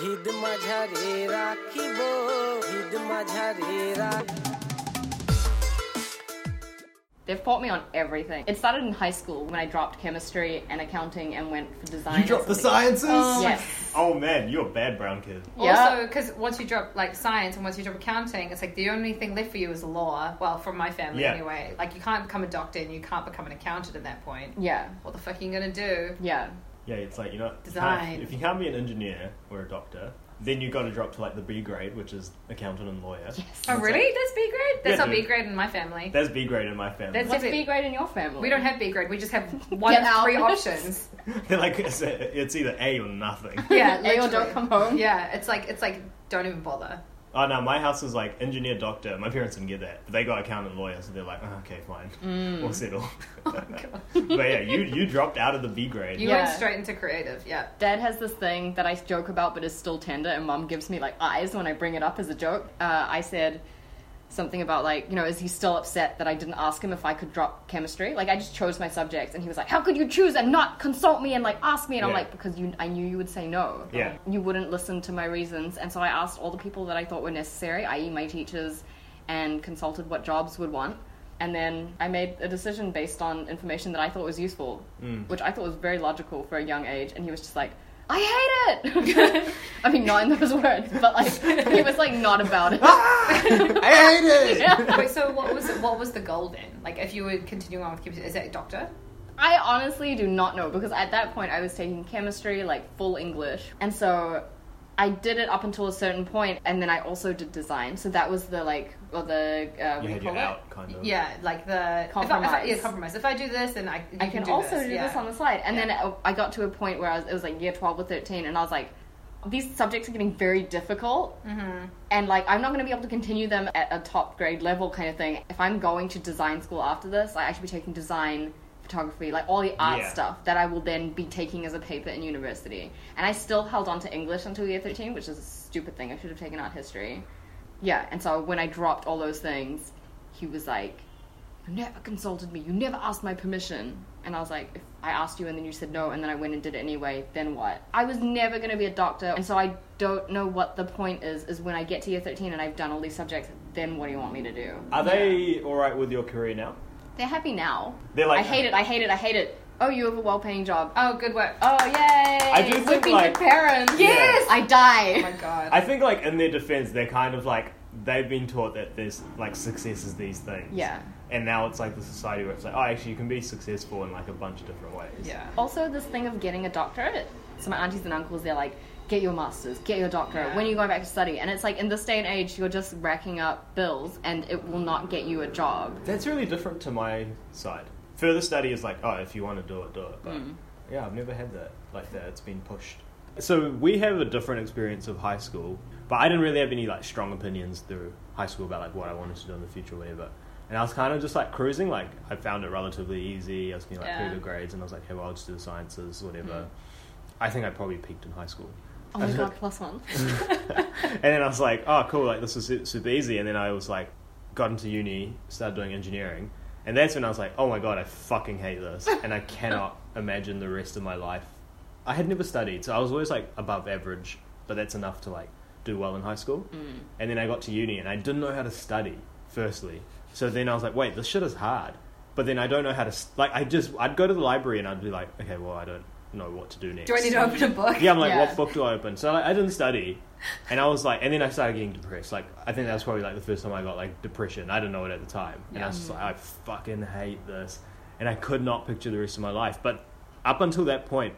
হিদ মাঝারে রাখিব হিদ মাঝারে রাখ They've fought me on everything. It started in high school when I dropped chemistry and accounting and went for design. You dropped the sciences? Yes. Oh man, you're a bad brown kid. Yeah. Also, because once you drop like science and once you drop accounting, it's like the only thing left for you is law. Well, from my family Yeah. anyway. Like you can't become a doctor and you can't become an accountant at that point. Yeah. Oh, What the fuck are you gonna do? Yeah. Yeah, it's like you know, you can't- Design. If you can't be an engineer or a doctor, then you got to drop to like the B grade, which is accountant and lawyer. Yes. Oh really? That's B grade? That's Yeah, not B dude. grade in my family. That's B grade in my family. That's What's it. B grade in your family? We don't have B grade. We just have one Get of out. three options. They're like it's, it's either A or nothing. Yeah, A or literally. don't come home. Yeah, it's like it's like don't even bother. oh no, my house is like engineer, doctor. My parents didn't get that, but they got accountant, lawyer, so they're like, oh, okay, fine, we'll settle. but yeah, you you dropped out of the B grade. You Yeah. went straight into creative. Yeah. Dad has this thing that I joke about but is still tender, and mom gives me like eyes when I bring it up as a joke. Uh, I said something about like, you know, is he still upset that I didn't ask him if I could drop chemistry? Like, I just chose my subjects, and he was like, how could you choose and not consult me and like ask me? And I'm Yeah. like, because you, I knew you would say no. Yeah. You wouldn't listen to my reasons. And so I asked all the people that I thought were necessary, i.e., my teachers, and consulted what jobs would want. And then I made a decision based on information that I thought was useful, which I thought was very logical for a young age. And he was just like, I hate it! I mean, not in those words, but like, he was like, not about it. I hate it! Wait, so what was what was the goal then? Like, if you were continuing on with computer, is that doctor? I honestly do not know because at that point I was taking chemistry, like full English. And so I did it up until a certain point, and then I also did design. So that was the like, or the, uh, what you do you had call your it? out kind of. Yeah, like the if I- if I- Compromise. yeah, compromise. If I do this, then I you I can, do also do yeah. this on the slide. And then I- I got to a point where I was, it was like year 12 or 13, and I was like, these subjects are getting very difficult, Mm-hmm. and like I'm not going to be able to continue them at a top grade level kind of thing. If I'm going to design school after this, like, I should be taking design, photography, like all the art Yeah. stuff that I will then be taking as a paper in university. And I still held on to English until year 13, which is a stupid thing. I should have taken art history. Yeah, and so when I dropped all those things, he was like, You never consulted me, you never asked my permission. And I was like, If I asked you and then you said no, and then I went and did it anyway, then what? I was never gonna be a doctor, and so I don't know what the point is, is when I get to year 13 and I've done all these subjects, then what do you want me to do? Are they all right with your career now? They're happy now. They're like- I hate it, I hate it, I hate it. Oh, you have a well paying job. Oh, good work. Oh Oh, yay! I do We've think, been like- good parents. Yes! I die. Oh my god. I think like in their defense, they're kind of like they've been taught that there's like success is these things. Yeah. And now it's like the society where it's like, oh, actually, you can be successful in like a bunch of different ways. yeah. Also, this thing of getting a doctorate. So my aunties and uncles, they're like, get your masters, get your doctorate. Yeah. When are you going back to study? And it's like in this day and age, you're just racking up bills, and it will not get you a job. That's really different to my side. Further study is like, oh, if you want to do it, do it. But yeah, I've never had that like that. It's been pushed. So we have a different experience of high school, but I didn't really have any like strong opinions through high school about like what I wanted to do in the future, or whatever. And I was kind of just like cruising. Like I found it relatively easy. I was getting like Yeah. pretty good grades, and I was like, hey, well, I'll just do the sciences, whatever. I think I probably peaked in high school. Oh my god, plus one. And then I was like, oh, cool, like this is su- super easy. And then I was like, got into uni, started doing engineering. And that's when I was like, oh my god, I fucking hate this. And I cannot imagine the rest of my life. I had never studied, so I was always like above average, but that's enough to like do well in high school. Mm. And then I got to uni and I didn't know how to study, firstly. So then I was like, wait, this shit is hard. But then I don't know how to, s like, I just, I'd go to the library and I'd be like, okay, well, I don't know what to do next. Do I need to open a book? Yeah, I'm like, Yeah. what book do I open? So like, I didn't study, and I was like, and then I started getting depressed. Like, I think that was probably like the first time I got like depression. I didn't know it at the time, and I was just like, I fucking hate this, and I could not picture the rest of my life. But up until that point,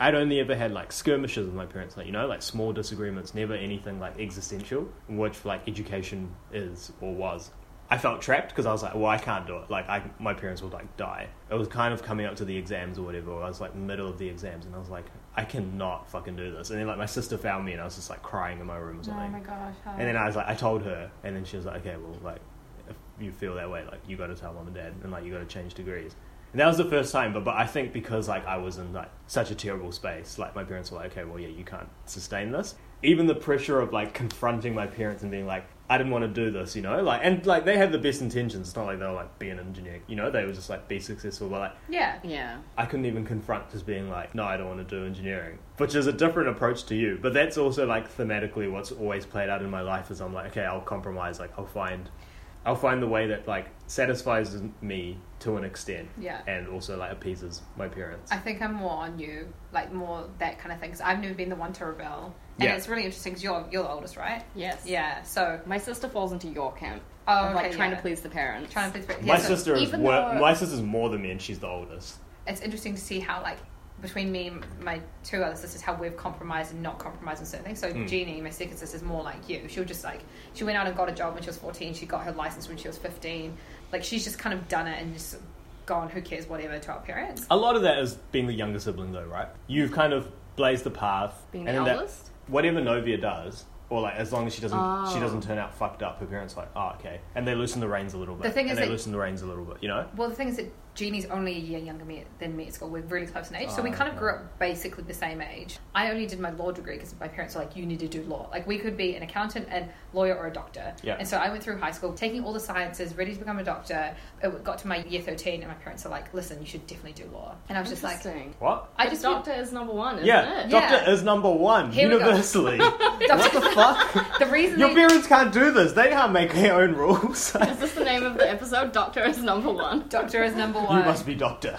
I'd only ever had like skirmishes with my parents, like you know, like small disagreements, never anything like existential, which like education is or was. I felt trapped because I was like, well, I can't do it. Like, I, my parents would like die. It was kind of coming up to the exams or whatever. I was like middle of the exams, and I was like, I cannot fucking do this. And then like my sister found me, and I was just like crying in my room or Oh something. my gosh. how- And then I was like, I told her, and then she was like, okay, well, like, if you feel that way, like, you got to tell mom and dad, and like, you got to change degrees. And that was the first time, but but I think because like I was in like such a terrible space, like my parents were like, okay, well, yeah, you can't sustain this. Even the pressure of like confronting my parents and being like, I didn't want to do this, you know, like and like they had the best intentions. It's not like they were like be an engineer, you know. They were just like be successful, but like Yeah. Yeah. I couldn't even confront just being like, no, I don't want to do engineering, which is a different approach to you. But that's also like thematically what's always played out in my life is I'm like, okay, I'll compromise. Like I'll find, I'll find the way that like satisfies me to an extent. Yeah. And also like appeases my parents. I think I'm more on you, like more that kind of thing, because I've never been the one to rebel. And Yeah. it's really interesting because you're, you're the oldest, right? Yes. Yeah, so My sister falls into your camp. Oh, of, like okay, trying yeah. to please the parents. trying to please. my so sister is even wor- though- my sister's more than me, and she's the oldest. It's interesting to see how, like, between me and my two other sisters, how we've compromised and not compromised on certain things. So Mm. Jeannie, my second sister, is more like you. She'll just like she went out and got a job when she was fourteen. She got her license when she was fifteen. Like she's just kind of done it and just gone. Who cares? Whatever to our parents. A lot of that is being the younger sibling, though, right? You've kind of blazed the path. Being and the then that- eldest? whatever Novia does, or like as long as she doesn't Oh. she doesn't turn out fucked up, her parents are like, oh okay, and they loosen the reins a little bit. The thing and is they that- loosen the reins a little bit, you know. Well, the thing is that Jeannie's only a year younger me, than me at school. We're really close in age, so Ah, we kind of okay. grew up basically the same age. I only did my law degree because my parents were like, "You need to do law." Like we could be an accountant, a lawyer, or a doctor. Yeah. And so I went through high school taking all the sciences, ready to become a doctor. It got to my year thirteen, and my parents are like, "Listen, you should definitely do law." And I was just like, Interesting. What? "I The just doctor is number one, isn't yeah, it? Doctor Yeah. is number one Here we go. universally. what the fuck? the reason Your they- parents can't do this. They can't make their own rules. you Is this the name of the episode? Doctor is number one. doctor is number one." must be doctor.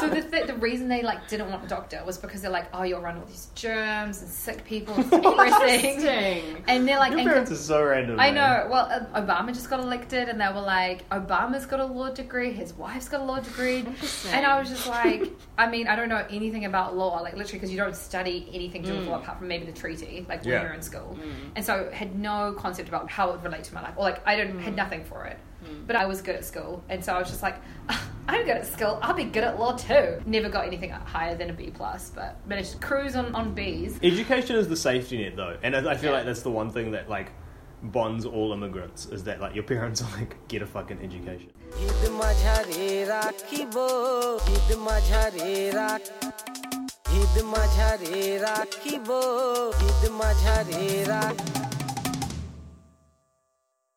so the, th- the reason they like didn't want a doctor was because they're like, "Oh, you'll run all these germs and sick people, and it's depressing." Interesting. And they're like, Your and- parents are so random. I man. know. Well, uh, Obama just got elected, and they were like, Obama's got a law degree, his wife's got a law degree. Interesting. And I was just like, I mean, I don't know anything about law, like literally, because you don't study anything to do with law apart from maybe the treaty, like Yeah. when you're in school. And so had no concept about how it would relate to my life, or like I didn't had nothing for it. But I was good at school, and so I was just like, I'm good at school. I'll be good at law too. Never got anything higher than a B plus, but managed to cruise on on Bs. Education is the safety net, though, and I, I feel Yeah. like that's the one thing that like bonds all immigrants is that like your parents are like get a fucking education. Eid माझ्यारे राखीब Eid माझ्यारे राख ईद माझ्यारे राखीब ईद माझ्यारे राख